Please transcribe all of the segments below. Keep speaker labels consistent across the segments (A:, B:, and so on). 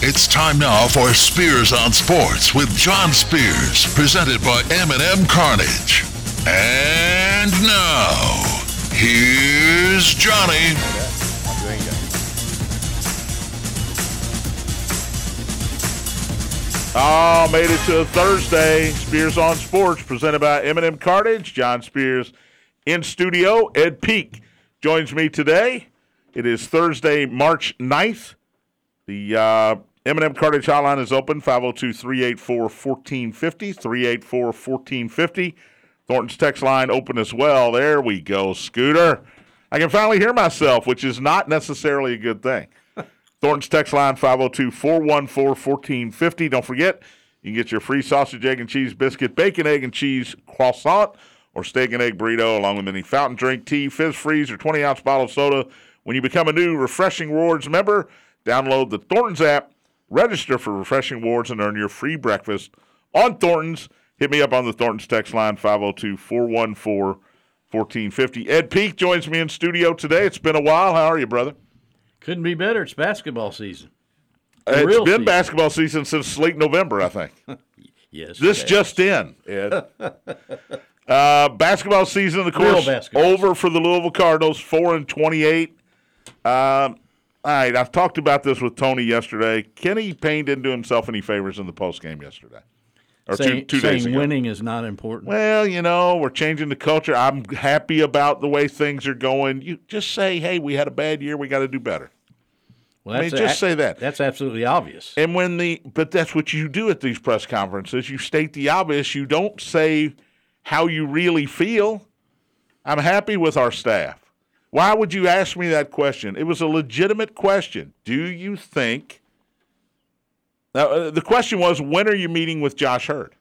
A: It's time now for Spears on Sports with John Spears, presented by M&M Carnage. And now, here's Johnny.
B: Oh, made it to Thursday. Spears on Sports, presented by Eminem Cartage. John Spears in studio. Ed Peak joins me today. It is Thursday, March 9th. The uh, Eminem Cartage hotline is open 502 384 1450. 384 1450. Thornton's text line open as well. There we go, Scooter. I can finally hear myself, which is not necessarily a good thing. Thornton's text line 502 414 1450. Don't forget, you can get your free sausage, egg, and cheese biscuit, bacon, egg, and cheese croissant, or steak and egg burrito, along with any fountain drink, tea, fizz freeze, or 20 ounce bottle of soda. When you become a new Refreshing Rewards member, download the Thornton's app, register for Refreshing Rewards, and earn your free breakfast on Thornton's. Hit me up on the Thornton's text line 502 414 1450. Ed Peak joins me in studio today. It's been a while. How are you, brother?
C: Couldn't be better. It's basketball season.
B: It's
C: real
B: been
C: season.
B: basketball season since late November, I think.
C: Yes.
B: This
C: it has.
B: just in, Ed. uh, basketball season, of
C: Real
B: course,
C: basketball.
B: over for the Louisville Cardinals, four and twenty-eight. Um, all right, I've talked about this with Tony yesterday. Kenny Payne didn't do himself any favors in the postgame yesterday, or
C: saying,
B: two, two days
C: saying
B: ago.
C: winning is not important.
B: Well, you know, we're changing the culture. I'm happy about the way things are going. You just say, "Hey, we had a bad year. We got to do better."
C: Well,
B: I mean, just say that.
C: That's absolutely obvious.
B: And when the but that's what you do at these press conferences. You state the obvious. You don't say how you really feel. I'm happy with our staff. Why would you ask me that question? It was a legitimate question. Do you think? Now, uh, the question was, when are you meeting with Josh Hurd?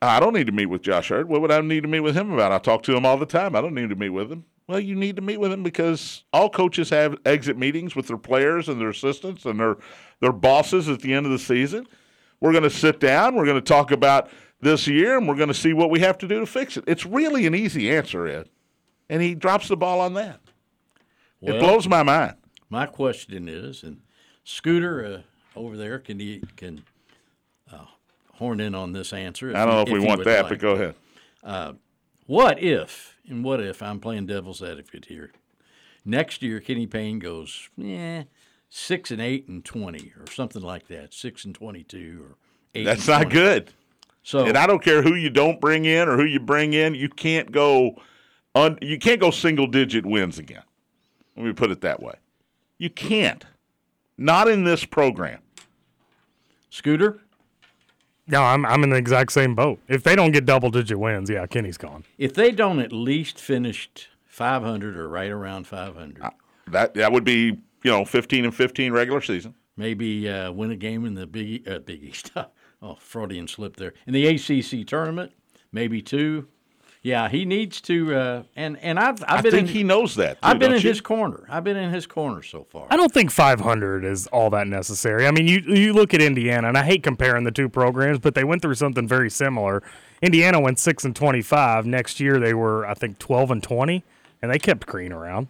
B: I don't need to meet with Josh Hurd. What would I need to meet with him about? I talk to him all the time. I don't need to meet with him. Well, you need to meet with him because all coaches have exit meetings with their players and their assistants and their their bosses at the end of the season. We're going to sit down. We're going to talk about this year, and we're going to see what we have to do to fix it. It's really an easy answer, Ed. And he drops the ball on that. it
C: Well-
B: blows my mind.
C: My question is, and Scooter uh, over there can he can uh, horn in on this answer.
B: I don't know if, we
C: he
B: want
C: would
B: that,
C: like.
B: but go ahead.
C: What if, and what if I'm playing devil's advocate here? Next year, Kenny Payne goes, yeah, six and eight and twenty or something like that, six and twenty-two or eight.
B: That's
C: and
B: not
C: 20.
B: good.
C: So
B: And I don't care who you don't bring in or who you bring in, you can't go un, you can't go single digit wins again. Let me put it that way. You can't. Not in this program.
C: Scooter,
D: No, I'm I'm in the exact same boat. If they don't get double digit wins, yeah, Kenny's gone.
C: if they don't at least finish 500 or right around 500,
B: Uh, That that would be, you know, 15 and 15 regular season.
C: maybe uh, win a game in the Big, E- uh, Big East. oh, Freudian slip there. In the ACC tournament, maybe two. Yeah, he needs to. Uh, and and I've, I've
B: I
C: been
B: think
C: in,
B: he knows that. too,
C: I've been
B: don't
C: in
B: you?
C: his corner. I've been in his corner so far.
D: I don't think 500 is all that necessary. I mean, you you look at Indiana, and I hate comparing the two programs, but they went through something very similar. Indiana went six and 25. Next year, they were I think 12 and 20, and they kept Green around.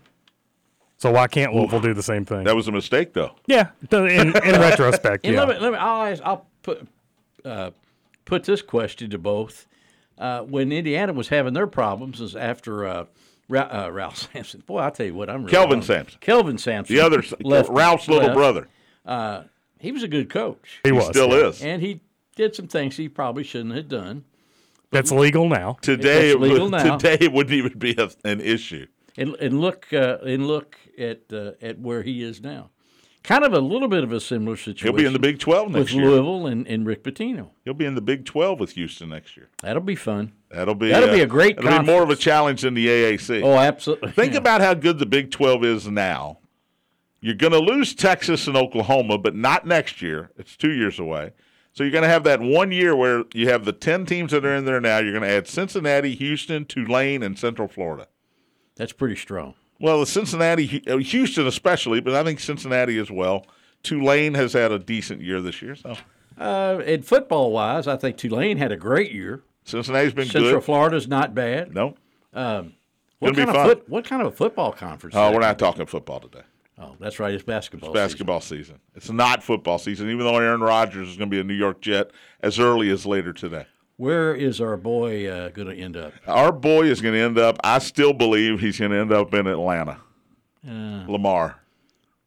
D: So why can't Louisville do the same thing?
B: That was a mistake though.
D: yeah, th- in, in retrospect,
C: And
D: yeah.
C: let me, let me, I'll, ask- I'll put, uh, put this question to both. Uh, when Indiana was having their problems is after uh, Ra- uh, Ralph Sampson. Boy, I'll tell you what, I'm really
B: Kelvin
C: on-
B: Sampson.
C: Kelvin Sampson.
B: The other Ralph's little
C: left.
B: brother.
C: He was a good coach,
D: he was
B: Still
D: yeah.
B: is.
C: and he did some things he probably shouldn't have done.
D: That's legal now.
B: Today it
C: It's legal
B: would,
C: now.
B: today it wouldn't even be a, an issue.
C: And, and look uh, and look at uh, at where he is now. Kind of a little bit of a similar
B: He'll
C: situation.
B: be in the Big 12
C: with
B: next year.
C: Louisville and, and Rick Pitino.
B: He'll be in the Big 12 with Houston next year.
C: That'll be fun.
B: That'll be
C: That'll
B: uh,
C: be a great
B: It'll be more of a challenge than the AAC.
C: Oh, absolutely.
B: Think
C: Yeah.
B: about how good the Big 12 is now. You're going to lose Texas and Oklahoma, but not next year. It's two years away. So you're going to have that one year where you have the 10 teams that are in there now. You're going to add Cincinnati, Houston, Tulane, and Central Florida.
C: that's pretty strong.
B: Well, the Cincinnati, uh, Houston especially, but I think Cincinnati as well. Tulane has had a decent year this year. So
C: Uh, and football wise, I think Tulane had a great year.
B: Cincinnati's been
C: Central
B: good.
C: Florida's not bad.
B: No,
C: What
B: Gonna be
C: kind, of
B: fun.
C: foot, what kind of a football conference?
B: uh,
C: is
B: we're
C: that?
B: not talking football today.
C: Oh, that's right. It's basketball.
B: basketball season. It's not football season, even though Aaron Rodgers is going to be a New York Jet as early as later today.
C: season. Where is our boy uh, going to end up?
B: Our boy is going to end up, I still believe he's going to end up in Atlanta.
C: Uh,
B: Lamar,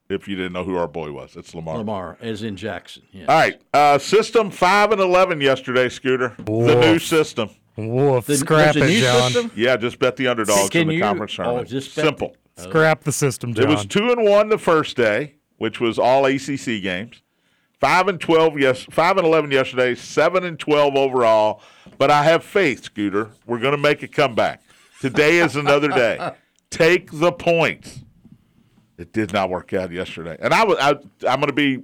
B: if you didn't know who our boy was, it's Lamar.
C: Lamar, as in Jackson. Yeah.
B: All right. Uh, system 5 and 11 yesterday, Scooter. The new system.
D: Woof.
C: The-
D: scrap
C: there's a
D: it,
C: new
D: John.
C: system?
B: Yeah, just bet the underdogs
C: Can
B: in the
C: you-
B: conference
C: oh,
B: tournament.
C: just bet-
B: Simple.
D: Scrap the system, John.
B: It was two and one the first day, which was all ACC games. Five and twelve, yes, five and eleven yesterday. Seven and twelve overall. But I have faith, Scooter. We're going to make a comeback. Today is another day. Take the points. It did not work out yesterday, and I was. I, I'm going to be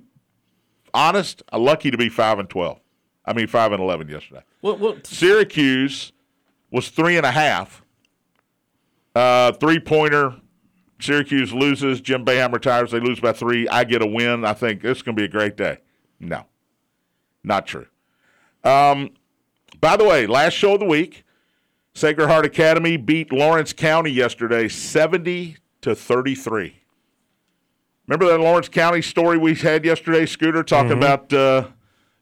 B: honest. I'm lucky to be five and twelve. I mean, five and eleven yesterday.
C: Well, well,
B: Syracuse was three and a half. Uh, three pointer. Syracuse loses. Jim Bayham retires. They lose by three. I get a win. I think it's going to be a great day. No, not true. Um, by the way, last show of the week, Sacred Heart Academy beat Lawrence County yesterday, seventy to thirty-three. Remember that Lawrence County story we had yesterday, Scooter, talking about uh,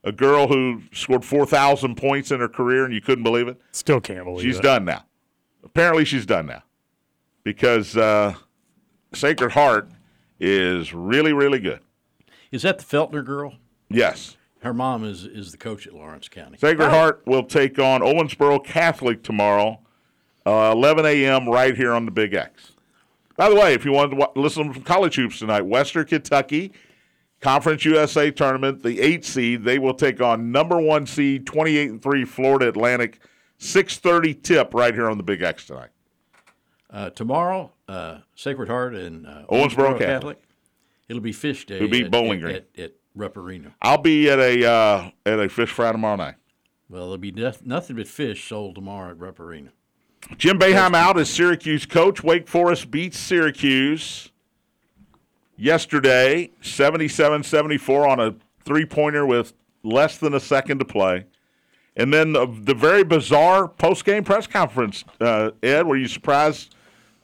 B: a girl who scored four thousand points in her career, and you couldn't believe it.
D: Still can't believe
B: She's
D: it.
B: done now. Apparently, she's done now because uh, Sacred Heart is really, really good.
C: is that the Feltner girl?
B: Yes,
C: Her mom is is the coach at Lawrence County.
B: Sacred Heart will take on Owensboro Catholic tomorrow, uh, 11 a.m. right here on the Big X. By the way, if you want to wa- listen from college hoops tonight, Western Kentucky Conference USA tournament, the eight seed, they will take on number one seed 28 and three Florida Atlantic, 6:30 tip right here on the Big X tonight.
C: Uh, tomorrow, uh, Sacred Heart and uh,
B: Owensboro Catholic.
C: It'll be Fish Day.
B: Who beat
C: at,
B: Bowling
C: at,
B: Green.
C: at, at Rupp Arena.
B: I'll be at a uh, at a fish fry tomorrow night.
C: Well, there'll be noth- nothing but fish sold tomorrow at Rupp Arena.
B: Jim Beheim out as Syracuse coach. Wake Forest beats Syracuse yesterday, 77-74 on a three-pointer with less than a second to play. And then the, the very bizarre post-game press conference, uh, Ed, were you surprised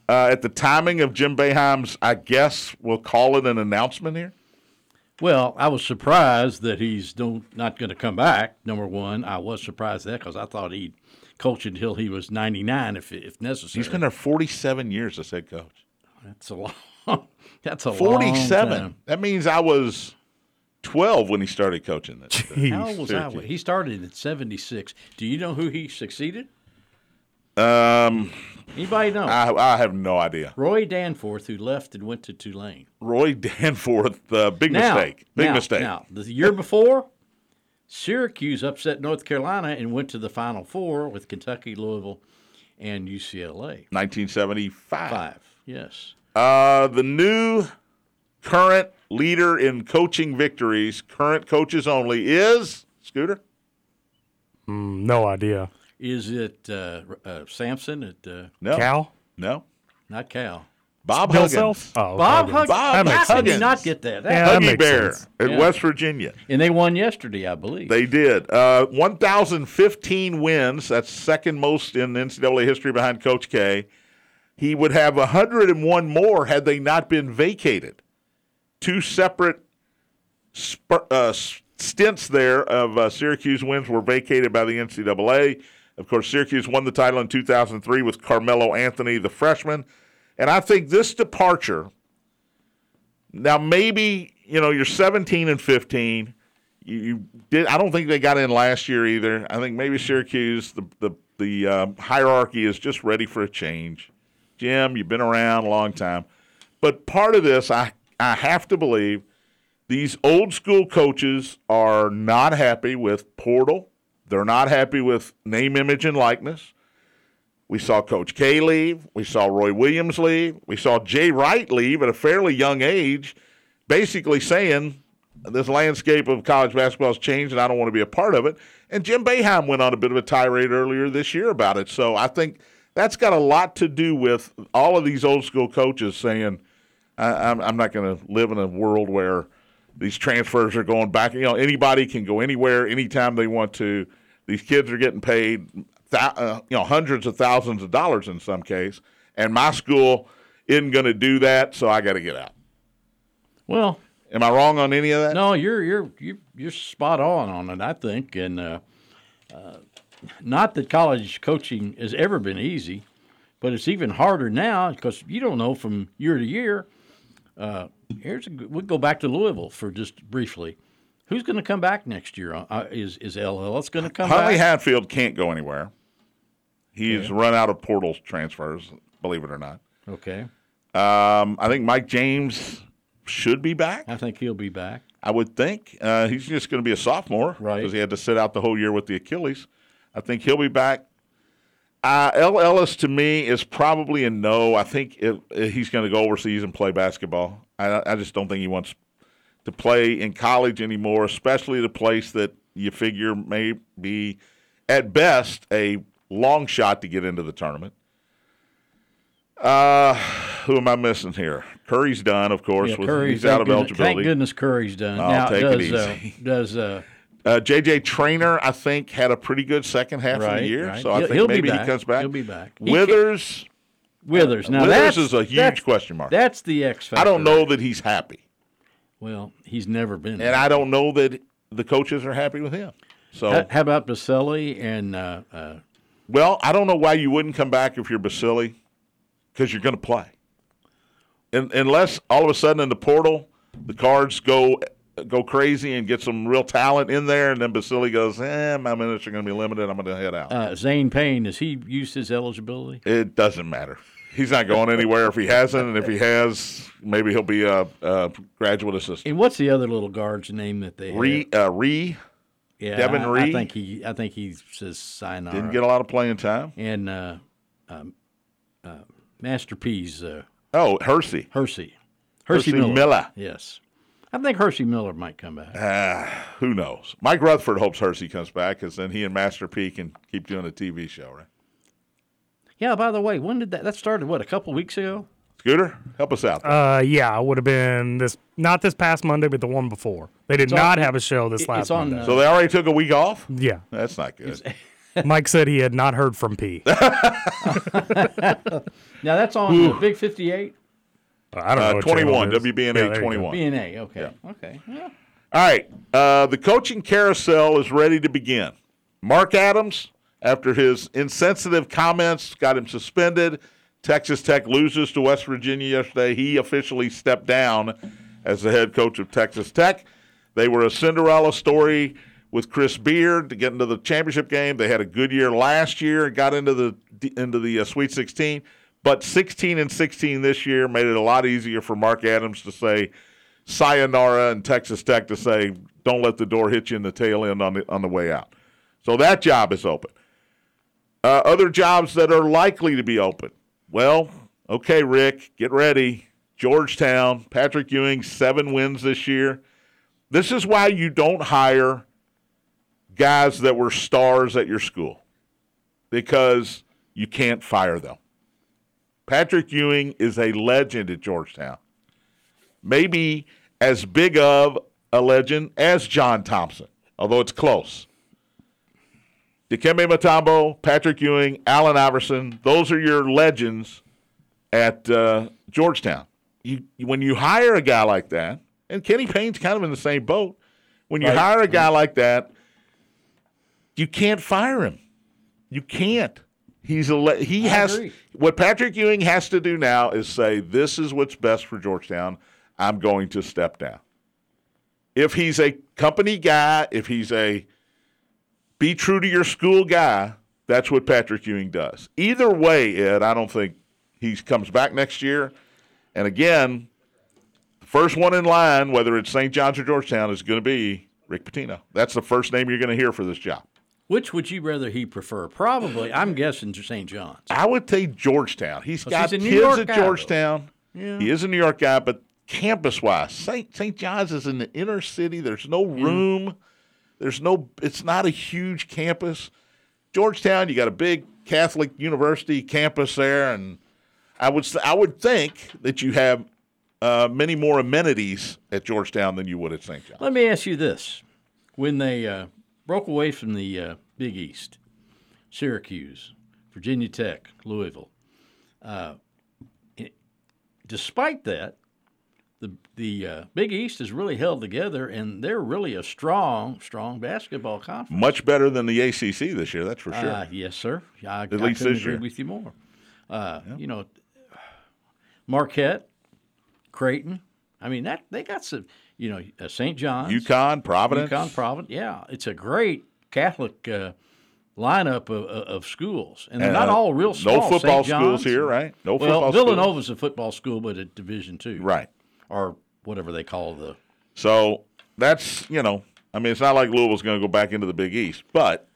B: uh, at the timing of Jim Beheim's, I guess we'll call it an announcement here?
C: Well, I was surprised that he's don't, not going to come back. Number one, I was surprised at that because I thought he'd coach until he was 99 if, if necessary.
B: He's been there 47 years as head coach.
C: that's a long. That's a long
B: 47.
C: time.
B: That means I was 12 when he started coaching this.
C: How old was I?
B: Syracuse.
C: when- He started in 76. Do you know who he succeeded?
B: Um,
C: Anybody know?
B: I, I have no idea.
C: Roy Danforth, who left and went to Tulane.
B: Roy Danforth, uh, big
C: Now,
B: mistake. Big
C: now,
B: mistake.
C: Now, the year before, Syracuse upset North Carolina and went to the Final Four with Kentucky, Louisville, and UCLA.
B: 1975.
C: Five, yes.
B: Uh, the new current leader in coaching victories, current coaches only, is Scooter.
D: No idea.
C: Is it uh, uh, Sampson at uh,
B: No.
D: Cal?
B: No.
C: not Cal?
B: Bob
D: Himself?
B: Huggins.
D: Oh,
C: Bob Huggins.
D: Huggins.
B: Bob
C: How could
B: Huggins.
C: you not get that? That-
D: Yeah, that
B: Huggy
D: makes
B: Bear
D: sense.
B: in
C: Yeah.
B: West Virginia.
C: And they won yesterday, I believe.
B: They did. Uh, 1,015 wins. That's second most in NCAA history behind Coach K. He would have 101 more had they not been vacated. Two separate spur, uh, s- stints there of uh, Syracuse wins were vacated by the NCAA. Of course, Syracuse won the title in 2003 with Carmelo Anthony, the freshman. And I think this departure now maybe you know you're 17 and 15. You, you did. I don't think they got in last year either. I think maybe Syracuse the the the um, hierarchy is just ready for a change. Jim, you've been around a long time, but part of this I I have to believe these old school coaches are not happy with portal. They're not happy with name, image, and likeness. We saw Coach K leave. We saw Roy Williams leave. We saw Jay Wright leave at a fairly young age, basically saying this landscape of college basketball has changed and I don't want to be a part of it. And Jim Boeheim went on a bit of a tirade earlier this year about it. So I think that's got a lot to do with all of these old school coaches saying, I, I'm, I'm not going to live in a world where these transfers are going back. You know, anybody can go anywhere, anytime they want to. These kids are getting paid, thou uh, you know, hundreds of thousands of dollars in some case, and my school isn't going to do that, so I got to get out.
C: Well,
B: Am I wrong on any of that?
C: No, you're you're you're, you're spot on on it, I think, and uh, uh, not that college coaching has ever been easy, but it's even harder now because you don't know from year to year. Uh, here's a, g- we'll go back to Louisville for just briefly. Who's going to come back next year? Uh, is is LLS going to come
B: Huntley
C: back?
B: Hatfield can't go anywhere. He's run out of portal transfers, believe it or not.
C: okay,
B: Um, I think Mike James should be back.
C: I think he'll be back.
B: I would think. Uh, he's just going to be a sophomore
C: Right.
B: he had to sit out the whole year with the Achilles. I think he'll be back. Uh, L. Ellis to me is probably a no. I think it, it- he's going to go overseas and play basketball. I, I just don't think he wants to play in college anymore, especially at a place that you figure may be, at best, a long shot to get into the tournament. Uh, who am I missing here? Curry's done, of course.
C: Yeah,
B: with-
C: Curry,
B: he's out
C: thank
B: of
C: goodness-
B: eligibility.
C: Thank goodness Curry's done.
B: I'll
C: now,
B: take
C: does,
B: it easy.
C: Uh, does uh,
B: Uh, JJ Trainer, I think, had a pretty good second half of
C: Right,
B: the year,
C: right.
B: so I
C: He'll-
B: think
C: he'll be
B: maybe he
C: back.
B: comes back.
C: He'll be back. He
B: Withers,
C: Withers? Now
B: Uh, Withers
C: that's
B: is a huge
C: that's-
B: question mark.
C: That's the X factor.
B: I don't know that he's happy,
C: Well, he's never been.
B: and I don't know that the coaches are happy with him. So,
C: How, how about Baselli and uh, uh,
B: well, I don't know why you wouldn't come back if you're Basili, because you're going to play, and, unless all of a sudden in the portal the cards go go crazy and get some real talent in there, and then Basili goes, "Eh, my minutes are going to be limited. I'm going to head out."
C: uh, Zane Payne? Has he used his eligibility?
B: It doesn't matter. He's not going anywhere if he hasn't, and if he has, maybe he'll be a, a graduate assistant.
C: And what's the other little guard's name that they
B: Re,
C: had?
B: uh, Re
C: Yeah,
B: Devin
C: I, I
B: Reed?
C: think he. I think he says sign on.
B: didn't get a lot of playing time.
C: and uh, um, uh, Master P's uh,
B: Oh, Hersey.
C: Hersey.
B: Hersey Miller. Uh-huh.
C: Yes, I think Hersey Miller might come back.
B: Who knows? Mike Rutherford hopes Hersey comes back because then he and Master P can keep doing a TV show, right?
C: yeah. By the way, when did that? That started what a couple weeks ago.
B: Scooter, help us out.
D: Uh, yeah, it would have been this not this past Monday, but the one before. They did not have a show this
C: It-
D: last
C: it's on.
D: Monday.
C: Uh,
B: so they already took a week off?
D: yeah,
B: That's not good. Uh,
D: Mike said he had not heard from P. I
C: now that's on the Big Fifty Eight
D: don't know.
B: Uh,
D: what channel
B: 21,
D: it is. Oh, Yeah,
B: WBNA
D: there you go.
B: 21.
C: B and A. Okay. Okay. Yeah.
B: All right. Uh, the coaching carousel is ready to begin. Mark Adams, after his insensitive comments, got him suspended. Texas Tech loses to West Virginia yesterday. He officially stepped down as the head coach of Texas Tech. They were a Cinderella story with Chris Beard to get into the championship game. They had a good year last year and got into the into the uh, Sweet 16. But 16 and 16 this year made it a lot easier for Mark Adams to say, sayonara and Texas Tech to say, don't let the door hit you in the tail end on the, on the way out. So that job is open. Uh, other jobs that are likely to be open. Well, okay, Rick, get ready. Georgetown, Patrick Ewing, seven wins this year. This is why you don't hire guys that were stars at your school because you can't fire them. Patrick Ewing is a legend at Georgetown maybe as big of a legend as John Thompson, although it's close. Dikembe Mutombo, Patrick Ewing, Allen Iverson, those are your legends at uh, Georgetown. You, when you hire a guy like that, and Kenny Payne's kind of in the same boat, when you
C: Right. Mm.
B: hire a guy like that, you can't fire him. You can't. He's a le- he
C: I
B: has
C: agree.
B: what Patrick Ewing has to do now is say this is what's best for Georgetown. I'm going to step down. If he's a company guy, if he's a be true to your school guy, that's what Patrick Ewing does. Either way, Ed, I don't think he comes back next year. And again, the first one in line, whether it's St. John's or Georgetown, is going to be Rick Pitino. That's the first name you're going to hear for this job.
C: Which would you rather he prefer? Probably, I'm guessing to St. John's.
B: I would say Georgetown. He's got
C: he's a
B: kids
C: New York
B: at
C: guy, though.
B: Georgetown. He is a New York guy, but campus wise, St. St. John's is in the inner city. There's no
C: Mm.
B: room. There's no. It's not a huge campus. Georgetown, you got a big Catholic university campus there, and I would s- I would think that you have uh, many more amenities at Georgetown than you would at St. John's.
C: Let me ask you this: When they uh, broke away from the uh, Big East, Syracuse, Virginia Tech, Louisville, uh, it- despite that, the the uh, Big East is really held together, and they're really a strong, strong basketball conference.
B: Much better than the ACC this year, that's for sure.
C: Uh, yes, sir. I, At
B: least
C: couldn't
B: this
C: agree
B: year.
C: with you more. Uh, You know, Marquette, Creighton. I mean, that they got some. You know, uh, St. John's,
B: UConn, Providence.
C: UConn, Providence. Yeah, it's a great Catholic uh, lineup of, of- of schools, and they're not
B: Uh,
C: all real small.
B: No football
C: St.
B: schools
C: John's.
B: here, right? No
C: Well,
B: football schools.
C: Villanova's a football school, but at Division Two,
B: Right.
C: or whatever they call the.
B: So that's, you know, I mean, it's not like Louisville's going to go back into the Big East, but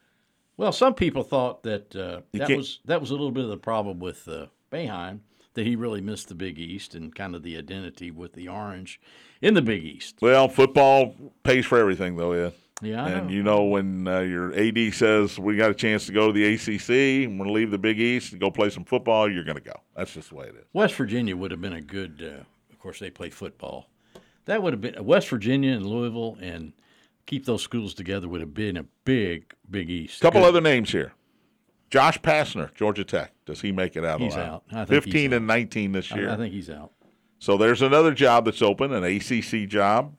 C: Well, some people thought that uh, that
B: can't-
C: was that was a little bit of the problem with uh, Boeheim that he really missed the Big East and kind of the identity with the Orange in the Big East.
B: Well, football pays for everything, though, yeah.
C: Yeah, I
B: And
C: know.
B: you know when uh, your AD says we got a chance to go to the ACC, and we're gonna leave the Big East and go play some football, you're going to go. That's just the way it is.
C: West Virginia would have been a good. Uh, of course, they play football. That would have been uh, West Virginia and Louisville and keep those schools together would have been a big Big East.
B: A couple
C: Good.
B: other names here. Josh Pastner, Georgia Tech. Does he make it out
C: He's
B: alive?
C: out. I think he's
B: Fifteen and nineteen this year.
C: I, I think he's out.
B: so there's another job that's open, an ACC job.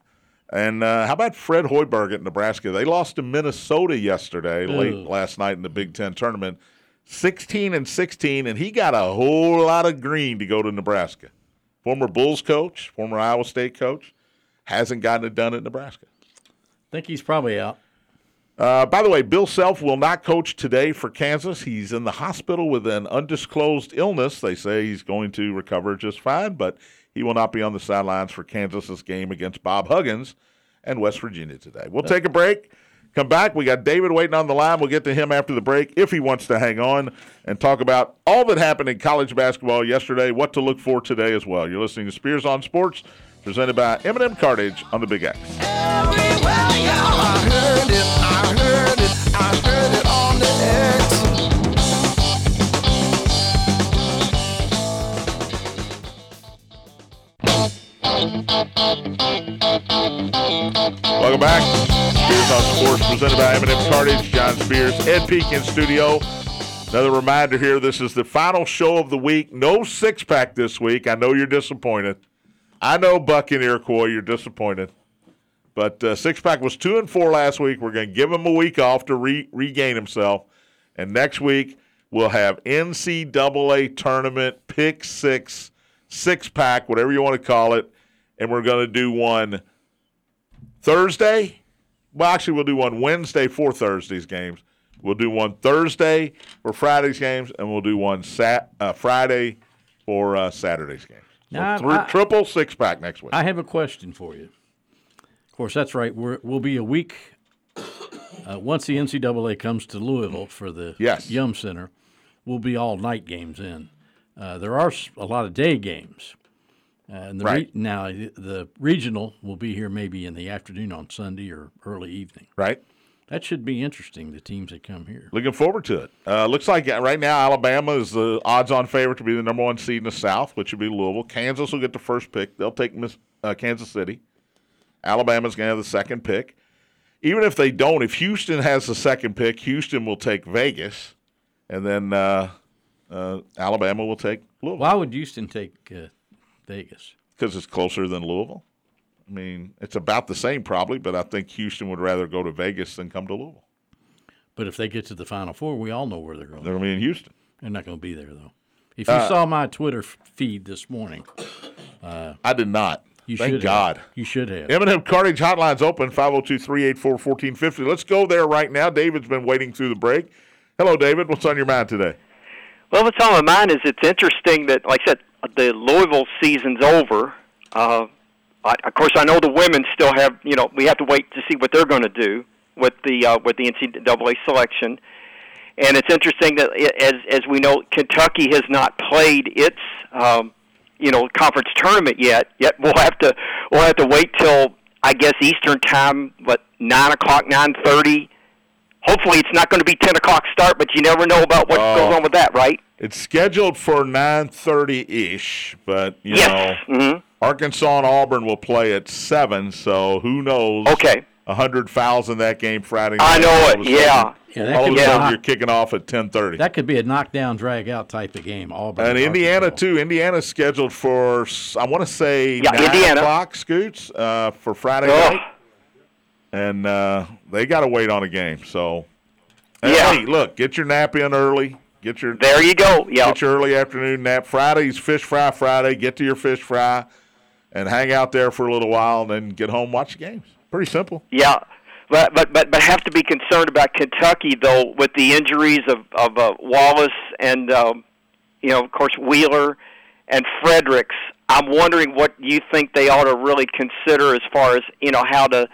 B: And uh, how about Fred Hoiberg at Nebraska? They lost to Minnesota yesterday, late
C: Ooh.
B: last night in the Big Ten tournament, sixteen and sixteen, and he got a whole lot of green to go to Nebraska. Former Bulls coach, former Iowa State coach, hasn't gotten it done at Nebraska.
C: I think he's probably out.
B: Uh, by the way, Bill Self will not coach today for Kansas. He's in the hospital with an undisclosed illness. They say he's going to recover just fine, but he will not be on the sidelines for Kansas's game against Bob Huggins and West Virginia today. We'll take a break. Come back. We got David waiting on the line. We'll get to him after the break if he wants to hang on and talk about all that happened in college basketball yesterday, what to look for today as well. You're listening to Spears on Sports, presented by Eminem Cartage on the Big X.
E: Everywhere you are. I heard it, I heard it, I heard it on the X.
B: Welcome back. Spears on Sports, presented by Eminem Cartage, John Spears, Ed Peek in studio. Another reminder here this is the final show of the week. No six pack this week. I know you're disappointed. I know Buck and Iroquois, you're disappointed. But uh, six pack was two and four last week. We're going to give him a week off to re- regain himself. And next week, we'll have NCAA tournament pick six, six pack, whatever you want to call it. And we're going to do one. Thursday. Well, actually, we'll do one Wednesday for Thursday's games. We'll do one Thursday for Friday's games, and we'll do one sat, uh, Friday for uh, Saturday's games. So
C: Now,
B: thri-
C: I-
B: triple six pack next week.
C: I have a question for you. Of course, that's right. We're, we'll be a week uh, once the NCAA comes to Louisville for the
B: Yes.
C: Yum Center. We'll be all night games in. Uh, there are s- a lot of day games. Uh, and the re-
B: Right.
C: now the, the regional will be here maybe in the afternoon on Sunday or early evening.
B: right?
C: That should be interesting. The teams that come here.
B: Looking forward to it. Uh, looks like uh, right now Alabama is the odds-on favorite to be the number one seed in the South, which would be Louisville. Kansas will get the first pick. They'll take Miss, uh, Kansas City. Alabama's going to have the second pick. Even if they don't, if Houston has the second pick, Houston will take Vegas, and then uh, uh, Alabama will take Louisville
C: Why would Houston take uh, Vegas?
B: because it's closer than Louisville. I mean, it's about the same probably, but I think Houston would rather go to Vegas than come to Louisville.
C: But if they get to the Final Four, we all know where they're going.
B: They're going to be in Houston.
C: They're not going to be there though. If you
B: Uh,
C: saw my Twitter f- feed this morning,
B: I did not.
C: you
B: Thank
C: should
B: God.
C: Have. You should have.
B: Eminem Cartage Hotline's open, 502 384 1450. Let's go there right now. David's been waiting through the break. Hello, David. What's on your mind today?
F: Well, what's on my mind is it's interesting that, like I said, the Louisville season's over. Uh, I, of course, I know the women still have. You know, we have to wait to see what they're going to do with the uh, with the NCAA selection. And it's interesting that, i- as as we know, Kentucky has not played its um, you know conference tournament yet. Yet we'll have to we'll have to wait till I guess Eastern time, what nine o'clock, nine thirty. Hopefully, it's not going to be ten o'clock start, but you never know about what
B: Oh.
F: goes on with that, right?
B: It's scheduled for 9.30 ish, but, you
F: Yes. Mm-hmm.
B: know, Arkansas and Auburn will play at 7, so who knows
F: Okay.
B: hundred fouls in that game Friday.
F: I
B: night.
F: know
B: All
F: it,
B: of a
F: yeah.
B: sudden-
C: Yeah, that
B: all of
C: could
B: a
C: be-
B: sudden,
F: yeah.
B: you're kicking off at ten thirty.
C: That could be a knockdown, drag out type of game. Auburn.
B: And Indiana
C: Arkansas.
B: too. Indiana's scheduled for s- I want to say
F: Yeah,
B: nine
F: Indiana. Oh.
B: o'clock scoots uh, for Friday
F: Ugh.
B: night, and uh, they got to wait on a game. So, and
F: Yeah.
B: hey, look, get your nap in early. Get your
F: There you go. Yeah.
B: get your early afternoon nap. Friday's fish fry Friday. Get to your fish fry, and hang out there for a little while, and then get home watch the games. Pretty simple.
F: Yeah, but but but but have to be concerned about Kentucky though with the injuries of of uh, Wallace and um, you know of course Wheeler and Fredericks. I'm wondering what you think they ought to really consider as far as you know how to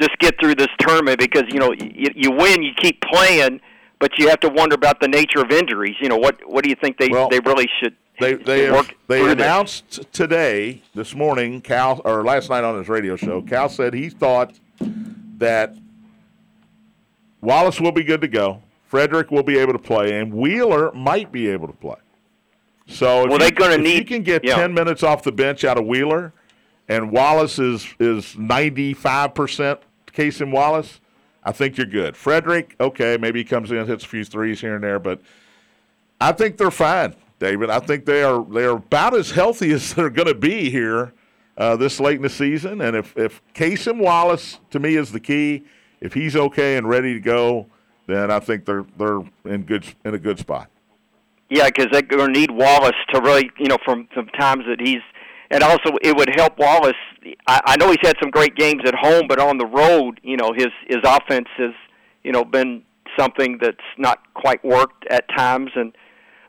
F: just get through this tournament because you know you, you win, you keep playing, but you have to wonder about the nature of injuries. You know what what do you think they
B: Well,
F: they really should
B: They they
F: should work
B: they
F: through this?
B: announced today, this morning, Cal or last night on his radio show, Cal said he thought that Wallace will be good to go, Frederick will be able to play, and Wheeler might be able to play. So if
F: Well,
B: you-
F: they're gonna
B: if you
F: need-
B: can get
F: yeah.
B: ten minutes off the bench out of Wheeler, and Wallace is is ninety five percent case in Wallace. I think you're good. Frederick, okay, maybe he comes in, hits a few threes here and there, but I think they're fine, David. I think they are they are about as healthy as they're going to be here uh, this late in the season. And if if Casey Wallace to me is the key, if he's okay and ready to go, then I think they're they're in good in a good spot.
F: they're going to need Wallace to really, you know, from some times that he's, and also it would help Wallace. I, I know he's had some great games at home, but on the road, you know, his his offense has, you know, been something that's not quite worked at times. And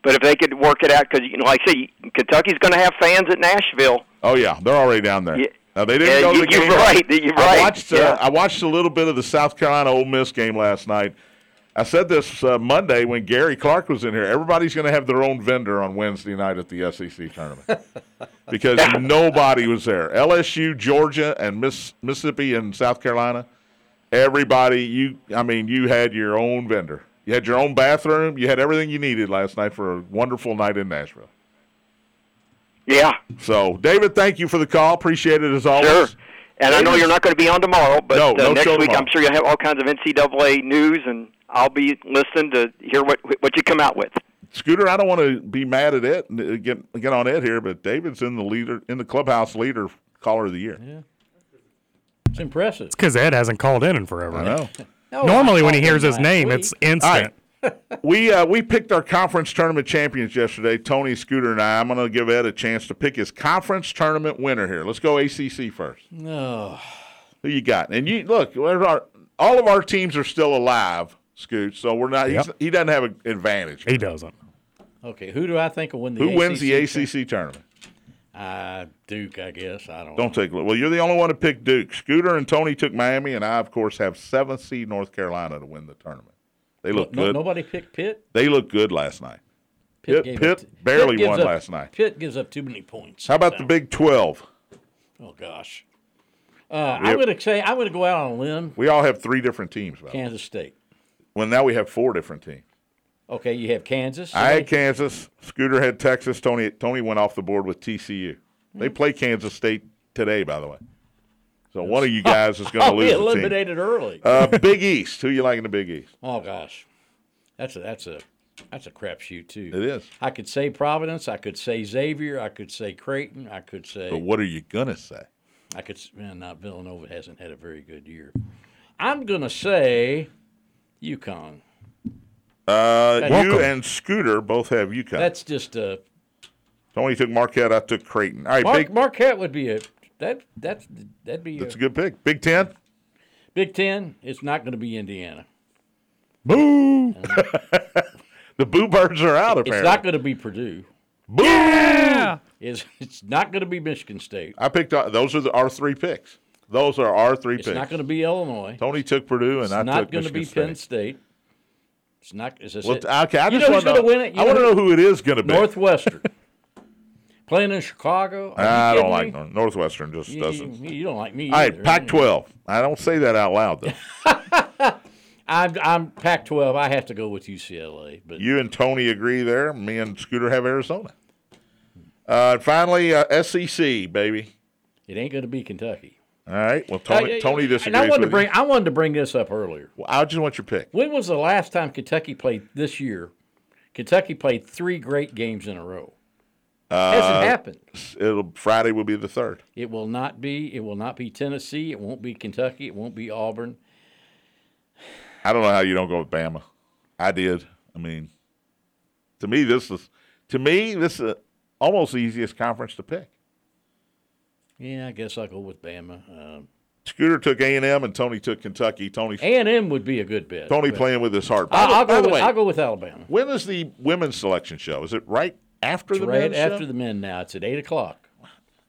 F: but if they could work it out, because you know, like I say, Kentucky's going to have fans at Nashville.
B: Oh yeah, they're already down there.
F: Yeah.
B: Now, they didn't
F: Yeah,
B: go to
F: you-
B: the
F: you're
B: game.
F: right. You're
B: I
F: right.
B: watched. Uh,
F: Yeah.
B: I watched a little bit of the South Carolina Ole Miss game last night. I said this uh, Monday when Gary Clark was in here. Everybody's going to have their own vendor on Wednesday night at the SEC tournament because nobody was there. LSU, Georgia, and Miss, Mississippi and South Carolina. Everybody, you. I mean, you had your own vendor. You had your own bathroom. You had everything you needed last night for a wonderful night in Nashville.
F: Yeah,
B: So, David, thank you for the call. Appreciate it as always.
F: sure. And I know you're not going to be on tomorrow, but
B: No,
F: uh,
B: no
F: next
B: show
F: week
B: tomorrow.
F: I'm sure you'll have all kinds of NCAA news, and I'll be listening to hear what what you come out with.
B: Scooter, I don't want to be mad at it and get get on it here, but David's in the leader in the clubhouse leader caller of the year.
C: It's impressive.
D: Because Ed hasn't called in in
B: I
D: forever.
B: know.
C: No,
D: Normally,
C: I
D: when he
C: called
D: hears
C: him
D: his
C: last
D: name,
C: week.
D: it's instant.
B: We uh, we picked our conference tournament champions yesterday. Tony, Scooter, and I. I'm going to give Ed a chance to pick his conference tournament winner here. Let's go ACC first.
C: No.
B: Who you got? And you look, there's our, all of our teams are still alive, Scoot. So we're not. he's-
D: Yep.
B: He doesn't have an advantage.
D: He doesn't.
C: Okay, who do I think will win the E
B: Who wins the
C: ACC?
B: ACC tournament?
C: Uh, Duke, I guess. I don't.
B: Don't take a look. Well, you're the only one to pick Duke. Scooter and Tony took Miami, and I, of course, have seventh seed North Carolina to win the tournament. They look
C: No,
B: good.
C: nobody picked Pitt.
B: They look good last night. Pitt-
C: gave
B: Pitt
C: up-
B: barely
C: gives
B: won
C: up-
B: last night.
C: Pitt gives up too many points.
B: How about the Big Twelve?
C: Oh gosh. Uh, I'm
B: Yep.
C: going to say I'm going to go out on a limb.
B: We all have three different teams. By the way.
C: Kansas State.
B: Well, now we have four different teams.
C: Okay, you have Kansas.
B: I had
C: State.
B: Kansas. Scooter had Texas. Tony Tony went off the board with TCU.
C: Hmm.
B: They play Kansas State today, by the way. So one of you guys is going
C: Oh,
B: to
C: we
B: lose. The team.
C: eliminated early.
B: Uh, Big East. Who you like in the Big East?
C: oh gosh, that's a that's a that's a crapshoot too.
B: It is.
C: I could say Providence. I could say Xavier. I could say Creighton. I could say
B: But what are you going to say?
C: I could s- man, not Villanova hasn't had a very good year. I'm going to say UConn.
B: Uh, you
D: Welcome.
B: and Scooter both have UConn.
C: That's just a
B: Tony took Marquette. I took Creighton. All right,
C: Mark,
B: big.
C: Marquette would be a that that's that'd be a,
B: That's a good pick. Big Ten.
C: Big Ten. It's not going to be Indiana.
B: Boo! the Boo Birds are out
C: It's
B: apparently.
C: not going to be Purdue.
B: Boo!
C: It's, it's not going to be Michigan State.
B: I picked uh, those are the, our three picks. Those are our three
C: It's
B: picks.
C: not going to be Illinois.
B: Tony took Purdue, and I
C: It's not
B: took
C: going
B: Michigan
C: to be
B: State.
C: Penn State. It's not. Is this
B: Well,
C: it?
B: t- okay, I
C: you
B: just
C: know
B: want
C: who's going to win it? You
B: I want to know who it is going to be.
C: Northwestern playing in Chicago. Are you
B: I
C: kidding
B: don't like
C: me?
B: Nor- Northwestern. Just
C: You,
B: doesn't.
C: you- you don't like me.
B: All
C: either.
B: right, Pac-12. I don't say that out loud though.
C: I'm, I'm Pac-12. I have to go with UCLA, but
B: You and Tony agree there. Me and Scooter have Arizona. Uh, and finally, uh, SEC baby.
C: it ain't going to be Kentucky.
B: All right. Well, Tony,
C: I-
B: Tony disagrees.
C: And I wanted to
B: with
C: bring
B: You.
C: I wanted to bring this up earlier.
B: Well, I just want your pick.
C: When was the last time Kentucky played this year? Kentucky played three great games in a row.
B: Uh,
C: Hasn't happened.
B: It'll Friday will be the third.
C: It will not be. It will not be Tennessee. It won't be Kentucky. It won't be Auburn.
B: I don't know how you don't go with Bama. I did. I mean, to me, this is to me this is almost the easiest conference to pick.
C: Yeah, I guess I'll go with Bama. Uh,
B: Scooter took A and M, and Tony took Kentucky. Tony
C: A and M would be a good bet.
B: Tony
C: but
B: playing with his heart. By
C: I'll,
B: the-
C: I'll
B: by
C: go
B: the
C: with,
B: way,
C: I'll go with Alabama.
B: when is the women's selection show? Is it right after the
C: right
B: men's
C: after
B: show?
C: the men. Now it's at eight o'clock.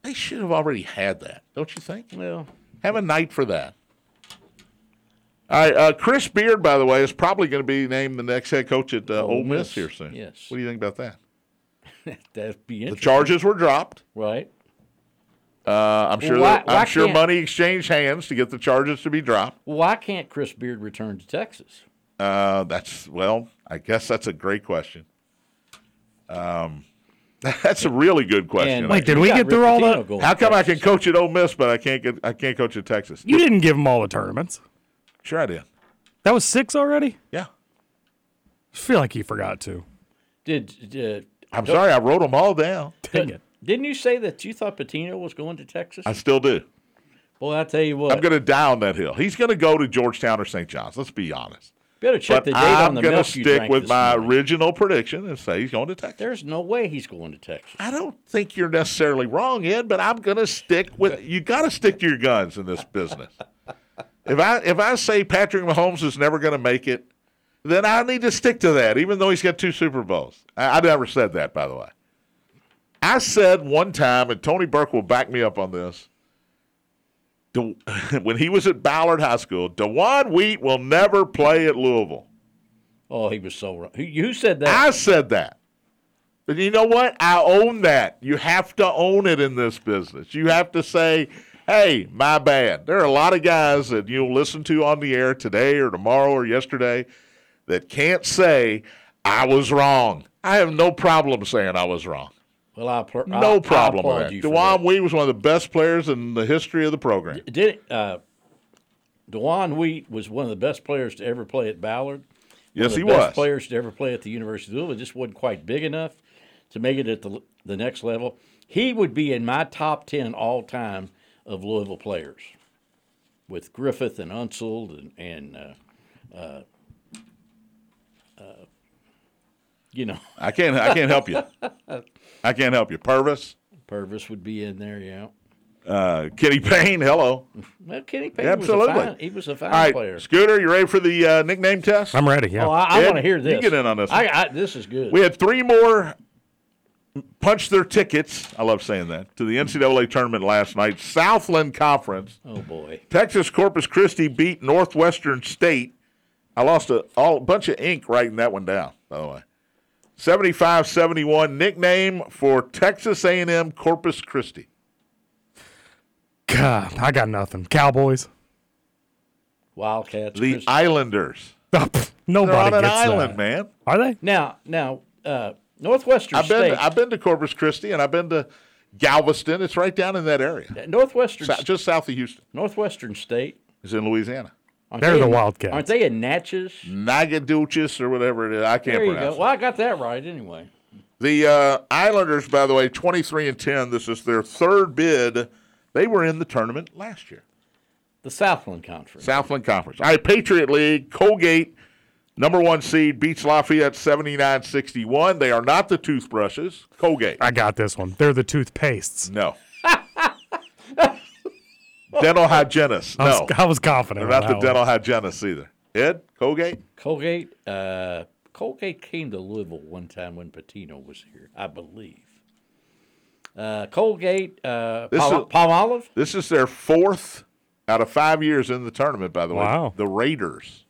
B: They should have already had that, don't you think?
C: Well,
B: Have a night for that. All right, uh, Chris Beard, by the way, is probably going to be named the next head coach at uh, Ole, Miss.
C: Miss,
B: here soon.
C: yes.
B: What do you think about that?
C: that'd be
B: The
C: interesting,
B: charges were dropped.
C: right?
B: Uh, I'm sure.
C: Why-
B: that,
C: why
B: I'm sure
C: can't-
B: money exchanged hands to get the charges to be dropped.
C: Why can't Chris Beard return to Texas?
B: Uh, that's well. I guess that's a great question. Um, that's a really good question.
C: And-
D: Wait, did
C: You
D: we
C: got
D: get
C: Rick
D: through all
C: Pitino
D: that?
C: going
B: How
C: to
B: come I
C: Texas.
B: can coach at Ole Miss, but I can't get I can't coach at Texas?
D: You didn't give them all the tournaments.
B: Sure, I did.
D: That was six already.
B: Yeah,
D: I feel like you forgot to.
C: Did uh,
B: I'm sorry. I wrote them all down.
D: Dang it.
C: didn't you say that you thought Patino was going to Texas?
B: I still do.
C: Boy, I tell you what,
B: I'm going to down that hill. He's going to go to Georgetown or St. John's. Let's be honest.
C: better check
B: but
C: the date on
B: I'm
C: the
B: going to
C: milk you
B: stick
C: drank
B: with
C: this
B: my
C: morning.
B: original prediction and say he's going to Texas.
C: There's no way he's going to Texas.
B: I don't think you're necessarily wrong, Ed, but I'm going to stick with you. Got to stick to your guns in this business. If I if I say Patrick Mahomes is never going to make it, then I need to stick to that, even though he's got two Super Bowls. I, I never said that, by the way. I said one time, and Tony Burke will back me up on this. De- when he was at Ballard High School, Dewan Wheat will never play at Louisville.
C: Oh, he was so wrong. Who, who said that?
B: I said that. But you know what? I own that. You have to own it in this business. You have to say, hey, my bad. There are a lot of guys that you'll listen to on the air today or tomorrow or yesterday that can't say, I was wrong. I have no problem saying I was wrong.
C: well, I pl- I-
B: No
C: I
B: problem
C: applaud
B: with that.
C: you for
B: Dewan Wee was one of the best players in the history of the program.
C: that. Did uh, Dewan Wheat was one of the best players to ever play at Ballard.
B: Yes,
C: one of
B: he
C: the best
B: was.
C: players to ever play at the University of Louisville. Just wasn't quite big enough to make it at the the next level. He would be in my top ten all time of Louisville players, with Griffith and Unseld and and uh, uh, uh, you know
B: I can't I can't help you. I can't help you. Purvis,
C: Purvis would be in there. Yeah.
B: uh, Kenny Payne, hello.
C: Well, Kenny Payne
B: Absolutely.
C: was a fine, he was a fine
B: All right,
C: player.
B: Scooter, you ready for the uh, nickname test?
D: I'm ready. Yeah.
C: Oh, I, I
B: Ed,
C: want to hear
B: you
C: this.
B: get in on this one.
C: I, I, this is good.
B: We had three more punch their tickets. I love saying that to the NCAA tournament last night. Southland Conference.
C: oh boy,
B: Texas Corpus Christi beat Northwestern State. I lost a all, bunch of ink writing that one down, by the way. 75-71 nickname for Texas A&M Corpus Christi.
D: God, I got nothing. Cowboys.
C: Wildcats.
B: The
C: Christ-
B: Islanders.
D: Oh, pff,
B: They're
D: nobody
B: on an
D: gets
B: island,
D: that.
B: man.
D: Are they?
C: now, now, uh, Northwestern
B: I've been
C: State.
B: I've been to Corpus Christi and I've been to Galveston. It's right down in that area.
C: Northwestern.
B: Sou- just south of Houston.
C: Northwestern State.
B: It's in Louisiana.
C: Aren't
D: They're
C: they
D: the
C: in-
D: Wildcats.
C: Aren't they in Natchez?
B: Nagaduchis or whatever it is. I can't
C: There you
B: pronounce
C: go. Well, I got that right anyway.
B: it. The uh, Islanders, by the way, 23 and 10. This is their third bid. They were in the tournament last year.
C: The Southland Conference.
B: Southland Conference. All right, Patriot League, Colgate, number one seed, beats Lafayette 79 61. They are not the toothbrushes. Colgate.
D: I got this one. They're the toothpastes.
B: No. dental hygienists.
C: Oh,
D: I was,
B: No.
D: I was confident.
B: They're
D: on
B: not the
D: that
B: dental
D: one.
B: hygienists either. Ed, Colgate?
C: Colgate. Uh, Colgate came to Louisville one time when Patino was here, I believe. Uh, Colgate. Uh,
B: This
C: Palm,
B: is-
C: Palm Olive.
B: This is their fourth out of five years in the tournament, by the way.
D: Wow.
B: The Raiders.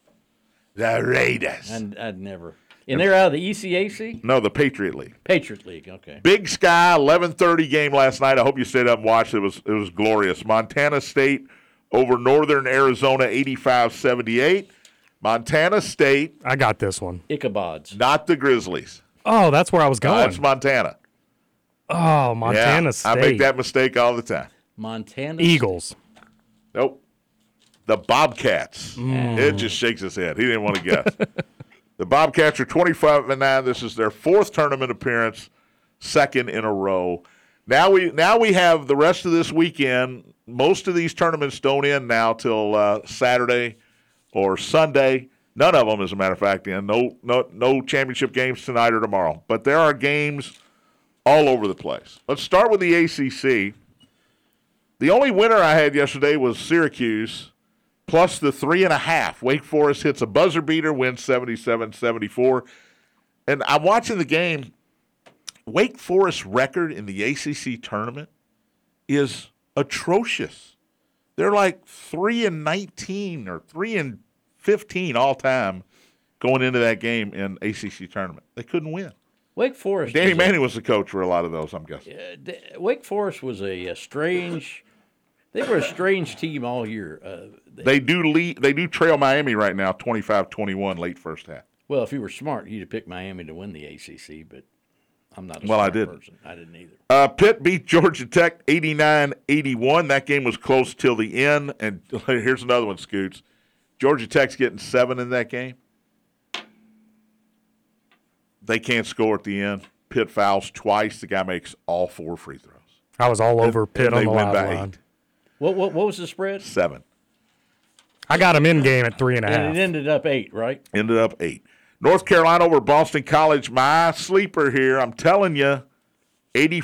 B: The Raiders.
C: I'd, I'd never. And they're out of the E ECAC,
B: no, the Patriot League.
C: Patriot League. Okay.
B: Big Sky, 11:30 game last night. I hope you stayed up and watched. It was it was glorious. Montana State over Northern Arizona, 85-78. Montana State,
D: I got this one.
C: Ichabods.
B: not the Grizzlies.
D: Oh, that's where I was going.
B: That's Montana.
D: oh,
B: Yeah,
D: Montana State.
B: I make that mistake all the time.
C: Montana
D: Eagles.
B: Nope. The Bobcats. It just shakes his head. He didn't want to guess. the Bobcats are 25 and 9. This is their fourth tournament appearance, second in a row. Now we now we have the rest of this weekend. Most of these tournaments don't end now till uh, Saturday or Sunday. None of them, as a matter of fact, end. No no no championship games tonight or tomorrow. But there are games all over the place. Let's start with the ACC. The only winner I had yesterday was Syracuse, plus the three and a half. Wake Forest hits a buzzer beater, wins 77 74. And I'm watching the game. Wake Forest's record in the ACC tournament is atrocious. They're like 3 and 19 or 3 and 15 all time going into that game in ACC tournament. They couldn't win.
C: Wake Forest.
B: Danny
C: is a-
B: Manning was the coach for a lot of those, I'm guessing.
C: uh, D- Wake Forest was a, uh strange. They were a strange team all year. Uh, they-
B: They do lead, they do trail Miami right now 25-21 late first half.
C: well, if you were smart, you'd have picked Miami to win the ACC, but I'm not. A
B: Well, I
C: smart
B: didn't.
C: Person. I didn't either.
B: Uh, Pitt beat Georgia Tech 89-81. That game was close till the end. And here's another one, Scoots. Georgia Tech's getting seven in that game. They can't score at the end. Pitt fouls twice. The guy makes all four free throws.
D: I was all over Pitt
B: And
D: on
B: they
D: the
B: win
D: live
B: by
D: line.
B: eight.
C: What what what was the spread?
B: Seven.
D: I got him in game at three and a half.
C: And it ended up eight, right?
B: Ended up eight. North Carolina over Boston College. My sleeper here. I'm telling you,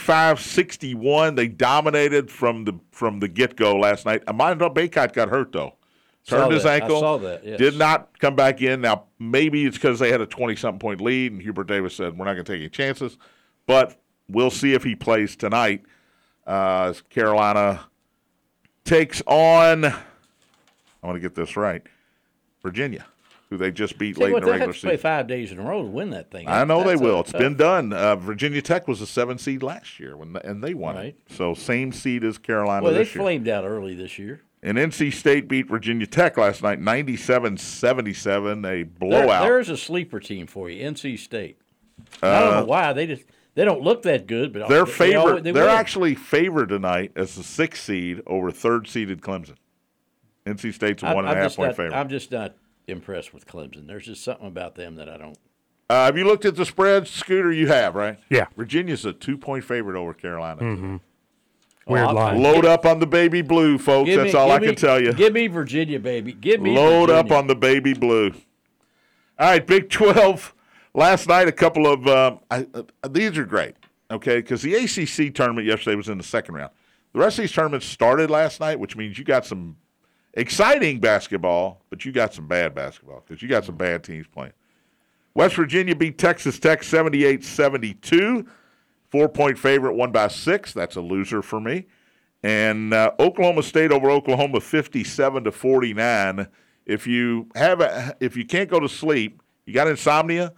B: 85-61. They dominated from the from the get go last night. Amanda Baycott got hurt though.
C: Saw
B: Turned his
C: that. I
B: ankle.
C: saw that, yes.
B: Did not come back in. Now maybe it's because they had a twenty something point lead, and Hubert Davis said we're not going to take any chances. But we'll see if he plays tonight. Uh, as Carolina takes on. I want to get this right. Virginia, who they just beat
C: Tell
B: late
C: you
B: in
C: what,
B: the
C: they
B: regular
C: have to play
B: season.
C: five days in a row to win that thing.
B: I know they
C: That's a
B: will. It's
C: tough-
B: been done. Uh, Virginia Tech was a seven seed last year when the, and they won
C: Right.
B: it. So same seed as Carolina
C: Well, they
B: this year.
C: flamed out early this year.
B: And NC State beat Virginia Tech last night, 97-77, a
C: There-
B: blowout.
C: there's a sleeper team for you, NC State. I don't know why they just they don't look that good, but
B: Uh, they're
C: they
B: favored.
C: always- they
B: they're
C: win.
B: actually favored tonight as the sixth seed over third seeded Clemson. NC State's a
C: I'm-
B: one and a
C: I'm
B: half
C: just
B: point
C: not-
B: favorite.
C: I'm just not impressed with Clemson. There's just something about them that I don't.
B: Uh, have you looked at the spread, Scooter? You have, right?
D: Yeah.
B: Virginia's a two point favorite over Carolina.
D: Weird
C: Well, I-
D: line.
B: Load up on the baby blue, folks.
C: Give
B: That's
C: me-
B: all I
C: give
B: can
C: me-
B: tell you.
C: Give me Virginia, baby. Give me
B: Load up
C: Virginia.
B: on the baby blue. All right, Big 12. Last night, a couple of um, I, uh, these are great, okay? Because the ACC tournament yesterday was in the second round. The rest of these tournaments started last night, which means you got some exciting basketball, but you got some bad basketball because you got some bad teams playing. West Virginia beat Texas Tech 78 72. Four point favorite, one by six. That's a loser for me. And uh, Oklahoma State over Oklahoma 57 to 49. If you have a, if you can't go to sleep, you got insomnia,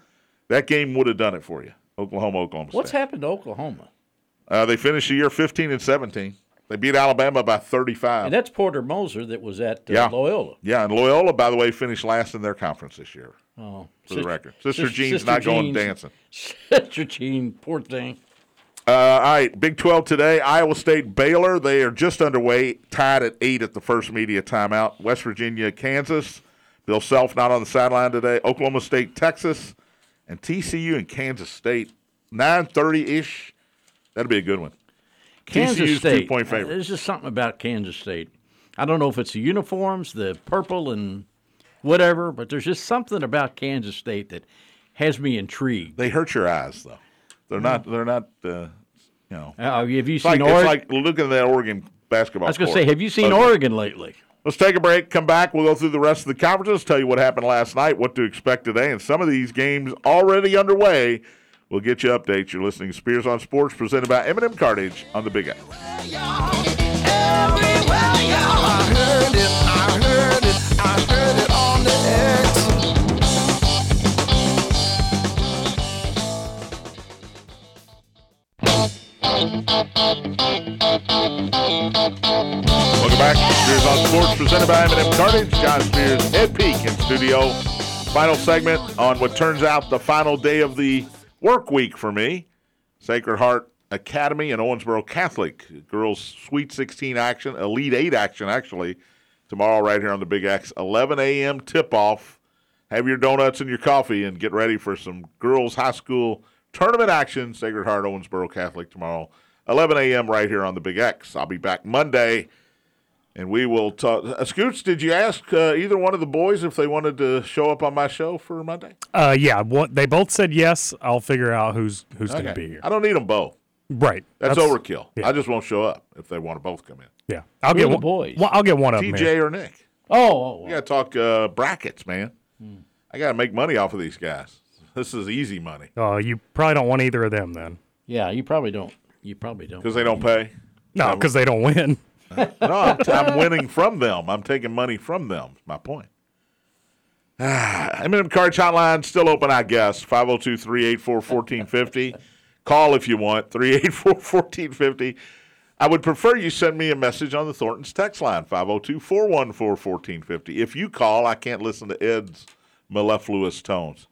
B: that game would have done it for you. Oklahoma, Oklahoma
C: What's
B: State.
C: happened to Oklahoma?
B: uh, they finished the year 15 and 17. They beat Alabama by 35.
C: And that's Porter Moser that was at uh,
B: Yeah.
C: Loyola.
B: yeah, and Loyola, by the way, finished last in their conference this year.
C: Oh,
B: For the record, Sister Jean's not going dancing.
C: Sister Jean, poor thing.
B: Uh, all right, Big 12 today. Iowa State, Baylor. They are just underway, tied at eight at the first media timeout. West Virginia, Kansas. Bill Self not on the sideline today. Oklahoma State, Texas, and TCU and Kansas State. Nine thirty ish. That'll be a good one. TCU 's
C: Kansas State.
B: two-point favorite.
C: Uh, There's just something about Kansas State. I don't know if it's the uniforms, the purple and whatever, but there's just something about Kansas State that has me intrigued.
B: They hurt your eyes though. They're not. They're not. Uh, you know, it's
C: Uh, have you seen
B: like,
C: Oregon?
B: it's like looking at that Oregon basketball.
C: I was going to say, have you seen
B: Oregon?
C: Oregon lately?
B: Let's take a break, come back. We'll go through the rest of the conferences, tell you what happened last night, what to expect today, and some of these games already underway. We'll get you updates. You're listening to Spears on Sports, presented by Eminem Cartage on the Big X.
E: Everywhere, y'all. I heard it, I heard it, I heard it on the X.
B: Welcome back. Spears on Sports, presented by Eminem Cartage. John Spears, Ed Peak in studio. Final segment on what turns out the final day of the work week for me. Sacred Heart Academy and Owensboro Catholic girls' Sweet 16 action, Elite Eight action, actually, tomorrow right here on the Big X. 11 a.m. tip off. Have your donuts and your coffee and get ready for some girls' high school tournament action. Sacred Heart Owensboro Catholic tomorrow, 11 a.m. right here on the Big X. I'll be back Monday. And we will talk. Uh, Scoots, did you ask uh, either one of the boys if they wanted to show up on my show for Monday?
D: Uh, yeah, what they both said yes. I'll figure out who's who's going to be here.
B: I don't need them both.
D: Right.
B: That's, overkill. I just won't show up if they want to both come in.
D: Yeah,
C: Who are
D: I'll get
C: the
D: one.
C: boys?
D: well, I'll get one of them.
B: TJ
D: here.
B: or Nick?
C: Oh, oh,
B: We
C: oh.
B: got to talk uh, brackets, man. I got to make money off of these guys. This is easy money
D: Oh, you probably don't want either of them then.
C: yeah. You probably don't. You probably don't.
B: because they don't pay.
D: No, because they don't win.
B: No, I'm, I'm winning from them. I'm taking money from them. is My point. Ah, M&M Cards Hotline still open, I guess. 502 384 1450. Call if you want, 384 1450. I would prefer you send me a message on the Thornton's text line, 502 414 1450. If you call, I can't listen to Ed's mellifluous tones.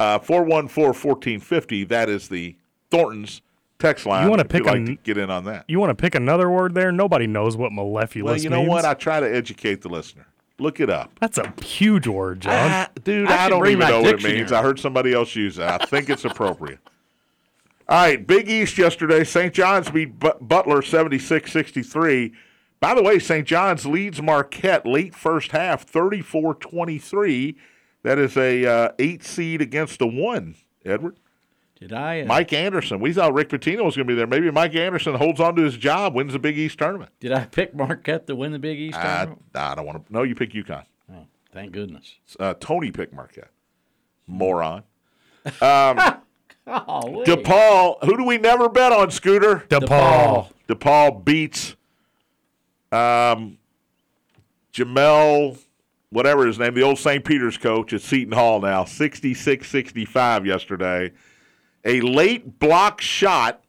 B: Uh, 414 1450, that is the Thornton's text line.
D: You wanna
B: if
D: pick
B: you'd like
D: a-
B: to get in on that.
D: You want to pick another word there? Nobody knows what mellifluous
B: Well, you know
D: means.
B: what? I try to educate the listener. Look it up.
D: That's a huge word, John.
B: I- dude,
C: I
B: I,
C: should
B: don't
C: bring
B: even
C: my
B: know what it
C: dictionary.
B: means. I heard somebody else use it. I think it's appropriate. All right, Big East yesterday. St. John's beat Bu- Butler 76 63. By the way, St. John's leads Marquette late first half 34 23. That is a uh, eight seed against a one, Edward.
C: Did I? Uh,
B: Mike Anderson. We thought Rick Pitino was going to be there. Maybe Mike Anderson holds on to his job, wins the Big East tournament.
C: Did I pick Marquette to win the Big East?
B: I,
C: tournament?
B: I don't want to. No, you pick UConn.
C: Oh, thank goodness.
B: uh, Tony picked Marquette. Moron.
C: Oh, wait.
B: DePaul, who do we never bet on, Scooter?
D: DePaul.
B: DePaul beats um, Jamel, whatever his name, the old St. Peter's coach at Seton Hall now, 66 65 yesterday. A late block shot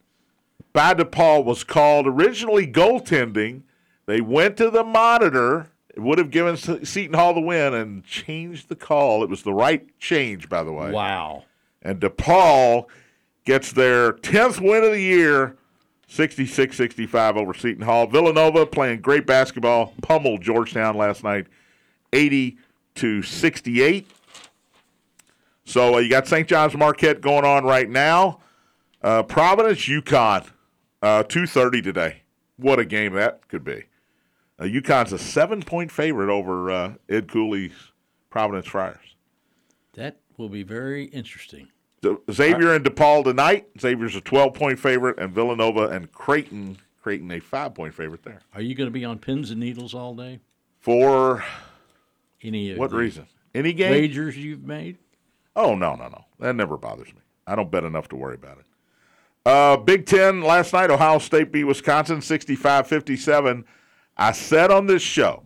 B: by DePaul was called originally goaltending. They went to the monitor. It would have given Se- Seton Hall the win and changed the call. It was the right change, by the way.
C: Wow.
B: And DePaul gets their 10th win of the year, 66 65 over Seton Hall. Villanova playing great basketball, pummeled Georgetown last night, 80 to 68. So uh, you got St. John's Marquette going on right now. Uh, Providence UConn, uh, 2.30 today. What a game that could be. Uh, UConn's a seven point favorite over uh, Ed Cooley's Providence Friars.
C: That will be very interesting.
B: De- Xavier and DePaul tonight. Xavier's a 12 point favorite, and Villanova and Creighton. Creighton a five point favorite there.
C: Are you going to be on pins and needles all day?
B: For
C: Any of
B: what
C: the
B: reason? Any game?
C: Wagers you've made?
B: Oh, no, no, no. That never bothers me. I don't bet enough to worry about it. Uh, Big Ten last night, Ohio State beat Wisconsin 65 57. I said on this show,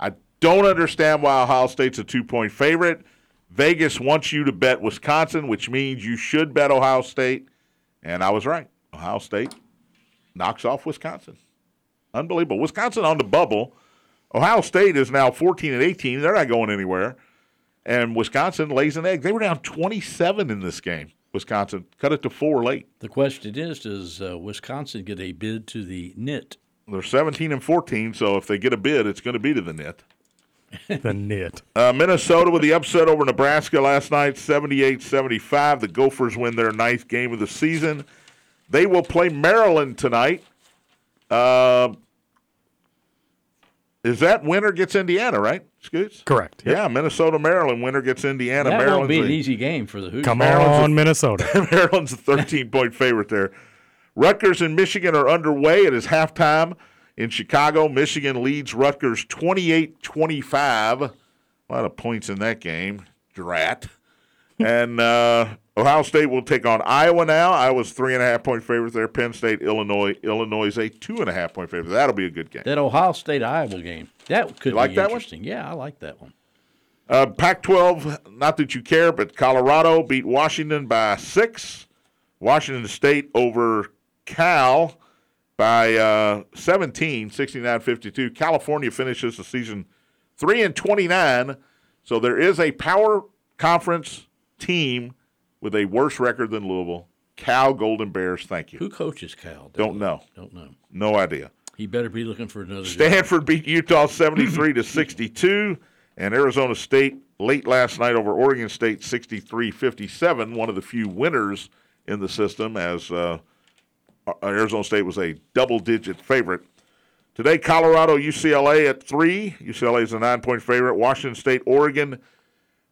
B: I don't understand why Ohio State's a two point favorite. Vegas wants you to bet Wisconsin, which means you should bet Ohio State. And I was right. Ohio State knocks off Wisconsin. Unbelievable. Wisconsin on the bubble. Ohio State is now 14 and 18. They're not going anywhere and Wisconsin lays an egg. They were down 27 in this game. Wisconsin cut it to four late.
C: The question is, does uh, Wisconsin get a bid to the knit?
B: They're 17 and 14, so if they get a bid, it's going to be to the net.
D: the knit.
B: Uh, Minnesota with the upset over Nebraska last night, 78 75. The Gophers win their ninth game of the season. They will play Maryland tonight. Uh, is that winner gets Indiana, right, Scoots?
D: Correct.
B: Yeah, Minnesota, Maryland. Winner gets Indiana.
C: That
B: Maryland's
C: won't be an
B: the-
C: easy game for the Hoosiers.
D: Come
B: Maryland's
D: on, Minnesota.
B: Maryland's a 13 point favorite there. Rutgers and Michigan are underway. It is halftime in Chicago. Michigan leads Rutgers 28 25. A lot of points in that game. Drat. and uh, Ohio State will take on Iowa now. Iowa's three and a half point favorite there. Penn State, Illinois. Illinois is a two and a half point favorite. That'll be a good game.
C: That Ohio State Iowa game. That could
B: like
C: be
B: that one?
C: interesting. Yeah, I like that one.
B: Uh, Pac 12, not that you care, but Colorado beat Washington by six. Washington State over Cal by uh, 17, 69 52. California finishes the season 3 and 29. So there is a power conference team with a worse record than Louisville. Cal Golden Bears, thank you.
C: Who coaches Cal?
B: Don't know.
C: Don't know.
B: No idea.
C: He better be looking for another. job.
B: Stanford beat Utah 73 to 62, and Arizona State late last night over Oregon State 63-57. One of the few winners in the system, as uh, Arizona State was a double-digit favorite. Today, Colorado UCLA at three. UCLA is a nine-point favorite. Washington State Oregon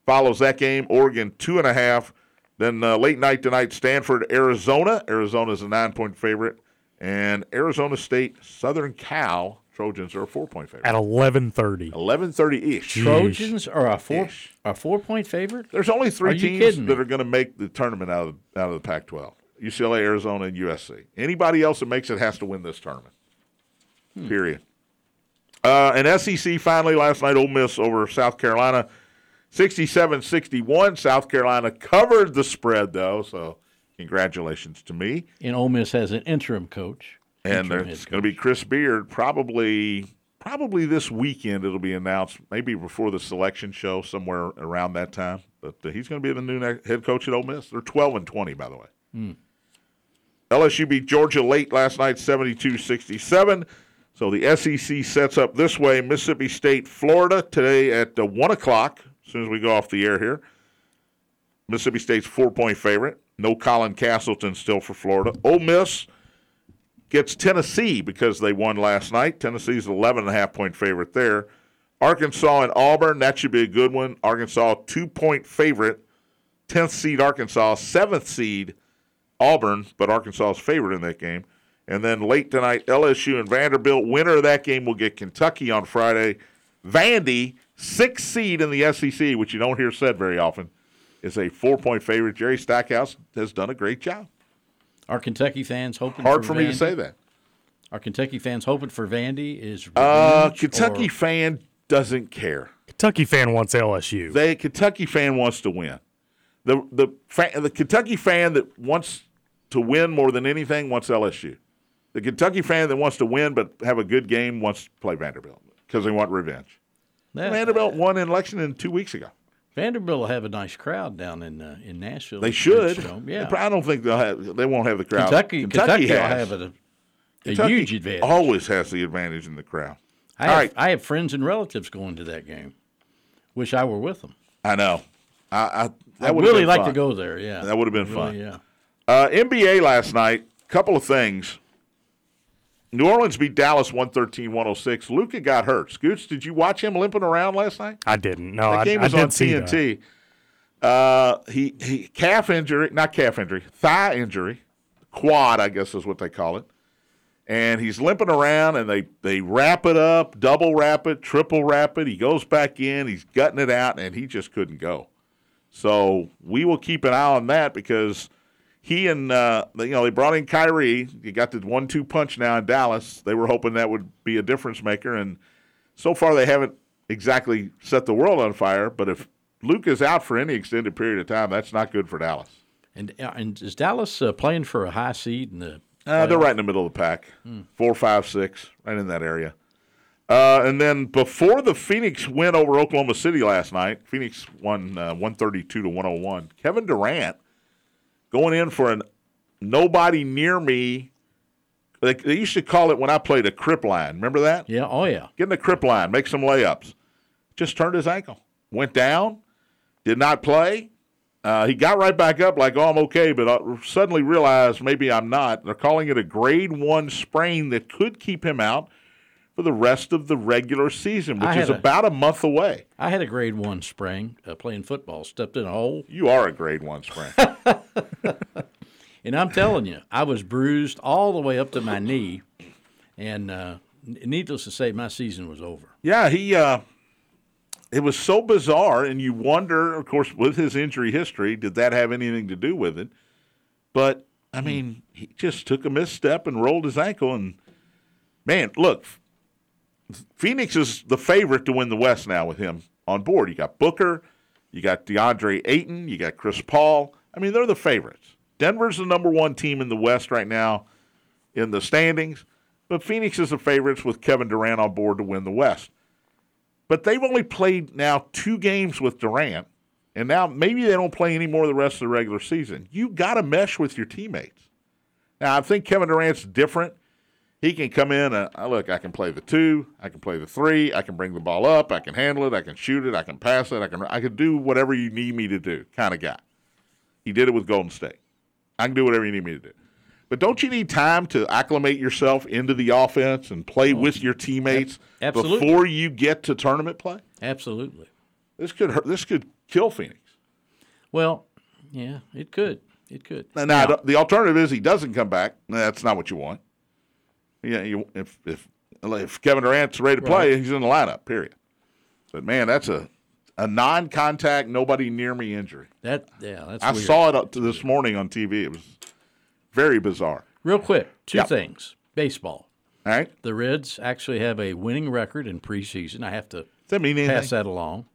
B: follows that game. Oregon two and a half. Then uh, late night tonight, Stanford Arizona. Arizona is a nine-point favorite, and Arizona State Southern Cal Trojans are a four-point favorite.
D: at eleven thirty.
B: Eleven thirty ish.
C: Trojans are a four
B: Ish.
C: a four point favorite.
B: There's only
C: Are
B: three
C: you
B: teams
C: kidding me?
B: that are going to make the tournament out of out of the Pac-12: UCLA, Arizona, and USC. Anybody else that makes it has to win this tournament.
C: Hmm.
B: Period. Uh, and SEC finally last night, Ole Miss over South Carolina, 67-61. South Carolina covered the spread though, so congratulations to me.
C: And Ole Miss has an interim coach.
B: And
C: Interim
B: it's
C: head
B: going to be Chris Beard. Probably, probably this weekend it'll be announced. Maybe before the selection show, somewhere around that time. But uh, he's going to be the new ne- head coach at Ole Miss. They're twelve and twenty, by the way. LSU beat Georgia late last night, 72-67. So the SEC sets up this way: Mississippi State, Florida today at uh, one o'clock. As soon as we go off the air here, Mississippi State's four-point favorite. No Colin Castleton still for Florida. Ole Miss gets Tennessee because they won last night. Tennessee's 11 and a half point favorite there. Arkansas and Auburn, that should be a good one. Arkansas, two point favorite. 10th seed Arkansas, 7th seed Auburn, but Arkansas's favorite in that game. And then late tonight, LSU and Vanderbilt. Winner of that game will get Kentucky on Friday. Vandy, sixth seed in the SEC, which you don't hear said very often, is a four point favorite. Jerry Stackhouse has done a great job.
C: coach. Are Kentucky fans hoping?
B: Hard for me to
C: Vandy?
B: say that.
C: Are Kentucky fans hoping for Vandy? Is
B: Uh,
C: revenge
B: Kentucky
C: or-
B: fan doesn't care.
D: Kentucky fan wants LSU.
B: They Kentucky fan wants to win. The the fa- the Kentucky fan that wants to win more than anything wants LSU. The Kentucky fan that wants to win but have a good game wants to play Vanderbilt because they want revenge.
C: That-
B: Vanderbilt won in Lexington two weeks ago.
C: Vanderbilt will have a nice crowd down in uh, in Nashville.
B: They
C: at
B: should.
C: Bridgestone. Yeah.
B: They pro- I don't think they'll have. They won't have the crowd.
C: Kentucky, Kentucky, will
B: has.
C: have a, a
B: Kentucky
C: huge advantage.
B: Always has the advantage in the crowd.
C: I,
B: all
C: have,
B: right.
C: I have friends and relatives going to that game. Wish I were with them.
B: I know. I, I, that
C: I
B: would've been
C: really like to
B: fun.
C: go there. Yeah,
B: That would've been fun.
C: Really, Yeah,
B: Uh, NBA last night, couple of things. New Orleans beat Dallas 113-106. Luca oh got hurt. Scoots, did you watch him limping around last night?
D: I didn't. No,
B: The
D: I,
B: game
D: I
B: was
D: did
B: on
D: see that.
B: TNT. Uh, he he calf injury, not calf injury, thigh injury, quad, I guess is what they call it. And he's limping around, and they they wrap it up, double wrap it, triple wrap it. He goes back in, he's gutting it out, and he just couldn't go. So we will keep an eye on that because he and uh, you know they brought in Kyrie. You got the one-two punch now in Dallas. They were hoping that would be a difference maker, and so far they haven't exactly set the world on fire. But if Luke is out for any extended period of time, that's not good for Dallas.
C: and and is Dallas uh, playing for a high seed in the?
B: Uh, they're right in the middle of the pack, four, five, six, right in that area. Uh, and then before the Phoenix win over Oklahoma City last night, Phoenix won uh, one thirty two to one hundred one. Kevin Durant going in for an nobody near me. They, they used to call it when I played a crip line. Remember that?
C: Yeah. Oh yeah.
B: Get in the crip line, make some layups. Just turned his ankle, went down, did not play. Uh, he got right back up, like, oh, I'm okay, but uh, suddenly realized maybe I'm not. They're calling it a grade one sprain that could keep him out for the rest of the regular season,
C: I
B: which
C: had
B: is
C: a-
B: about a month away.
C: I had a grade one spring uh, playing football. Stepped in a hole,
B: You are a grade one sprain.
C: and I'm telling you, I was bruised all the way up to my knee, and uh, n- needless to say, my season was over.
B: Yeah, he. Uh, it was so bizarre, and you wonder, of course, with his injury history, did that have anything to do with it? But I mean, he just took a misstep and rolled his ankle, and man, look, Phoenix is the favorite to win the West now with him on board. You got Booker, you got DeAndre Ayton, you got Chris Paul. I mean, they're the favorites. Denver's the number one team in the West right now in the standings, but Phoenix is the favorites with Kevin Durant on board to win the West. But they've only played now two games with Durant, and now maybe they don't play any more the rest of the regular season. You got to mesh with your teammates. Now, I think Kevin Durant's different. He can come in and uh, look. I can play the two. I can play the three. I can bring the ball up. I can handle it. I can shoot it. I can pass it. I can I can do whatever you need me to do. Kind of guy. He did it with Golden State. I can do whatever you need me to do. But don't you need time to acclimate yourself into the offense and play with your teammates
C: ab- absolutely.
B: before you get to tournament play?
C: Absolutely.
B: This could hurt. This could kill Phoenix.
C: Well, yeah, it could. It could.
B: Now, now, the alternative is he doesn't come back. Nah, That's not what you want. Yeah, you, if if if Kevin Durant's ready to play, he's in the lineup. Period. But man, that's a a non-contact, nobody near me injury.
C: That yeah, that's
B: I
C: weird.
B: saw it up to this morning on TV. It was very bizarre.
C: Real quick, two
B: Yeah.
C: things. Baseball.
B: All right,
C: The Reds actually have a winning record in preseason. I have to
B: does that mean
C: pass
B: anything?
C: that along.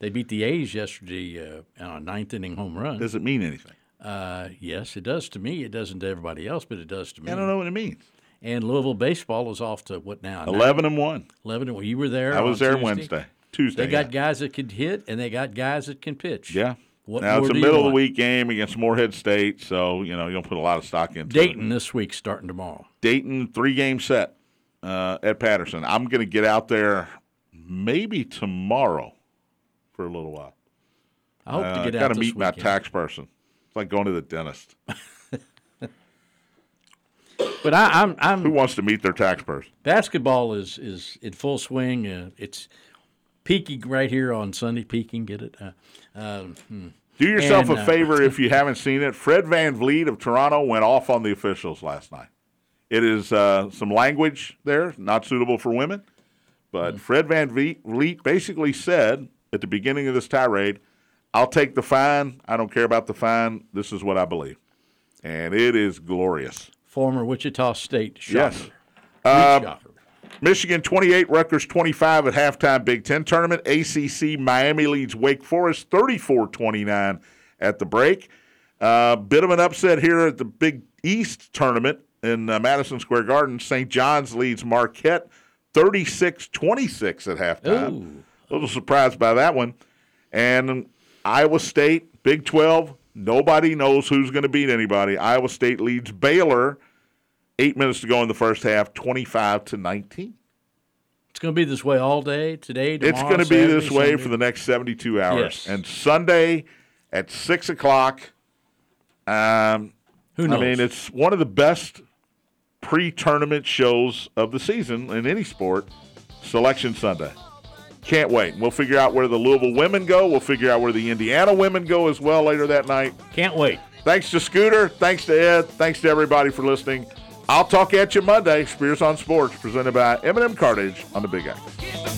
C: They beat the A's yesterday uh, on a ninth inning home run.
B: Does it mean anything?
C: Uh, yes, it does to me. It doesn't to everybody else, but it does to me.
B: I don't know what it means.
C: And Louisville baseball is off to what now?
B: Eleven and one.
C: 11. Well, you were there.
B: I was
C: on
B: there
C: Tuesday.
B: Wednesday, Tuesday.
C: They got
B: yeah.
C: guys that can hit, and they got guys that can pitch.
B: yeah.
C: What
B: now
C: more
B: it's a
C: do you
B: middle of the
C: want?
B: week game against Moorhead State, so you know you don't put a lot of stock into it.
C: Dayton this week starting tomorrow.
B: Dayton three game set uh, at Patterson. I'm going to get out there maybe tomorrow for a little while.
C: I hope to
B: Uh,
C: get
B: gotta
C: out this
B: meet my
C: weekend.
B: tax person. It's like going to the dentist.
C: But I, I'm
B: Who
C: I'm
B: wants to meet their tax person?
C: basketball is is in full swing. Uh, it's peaking right here on Sunday. Peaking, get it? Uh, um, hmm.
B: Do yourself
C: And,
B: a
C: uh,
B: favor if you haven't seen it. Fred Van Vliet of Toronto went off on the officials last night. It is uh, some language there, not suitable for women. But
C: Mm.
B: Fred Van Vliet- Vliet basically said at the beginning of this tirade, I'll take the fine. I don't care about the fine. This is what I believe. And it is glorious.
C: former Wichita State
B: Yes. Uh,
C: shocker. shocker.
B: Michigan 28, Rutgers 25 at halftime Big Ten tournament. ACC, Miami leads Wake Forest 34 29 at the break. Uh, bit of an upset here at the Big East tournament in uh, Madison Square Garden. St. John's leads Marquette 36 26 at halftime.
C: Ooh.
B: A little surprised by that one. And Iowa State, Big 12, nobody knows who's going to beat anybody. Iowa State leads Baylor eight minutes to go in the first half, 25 to 19.
C: It's going to be this way all day today. Tomorrow,
B: It's going to be this
C: Saturday,
B: way
C: Sunday.
B: for the next 72 hours.
C: Yes.
B: And Sunday at 6 o'clock, um,
C: Who
B: I
C: knows?
B: mean, it's one of the best pre tournament shows of the season in any sport, Selection Sunday. Can't wait. We'll figure out where the Louisville women go. We'll figure out where the Indiana women go as well later that night.
C: Can't wait.
B: Thanks to Scooter. Thanks to Ed. Thanks to everybody for listening. I'll talk at you Monday. Spears on Sports, presented by Eminem Cartage on the Big X.
E: Keep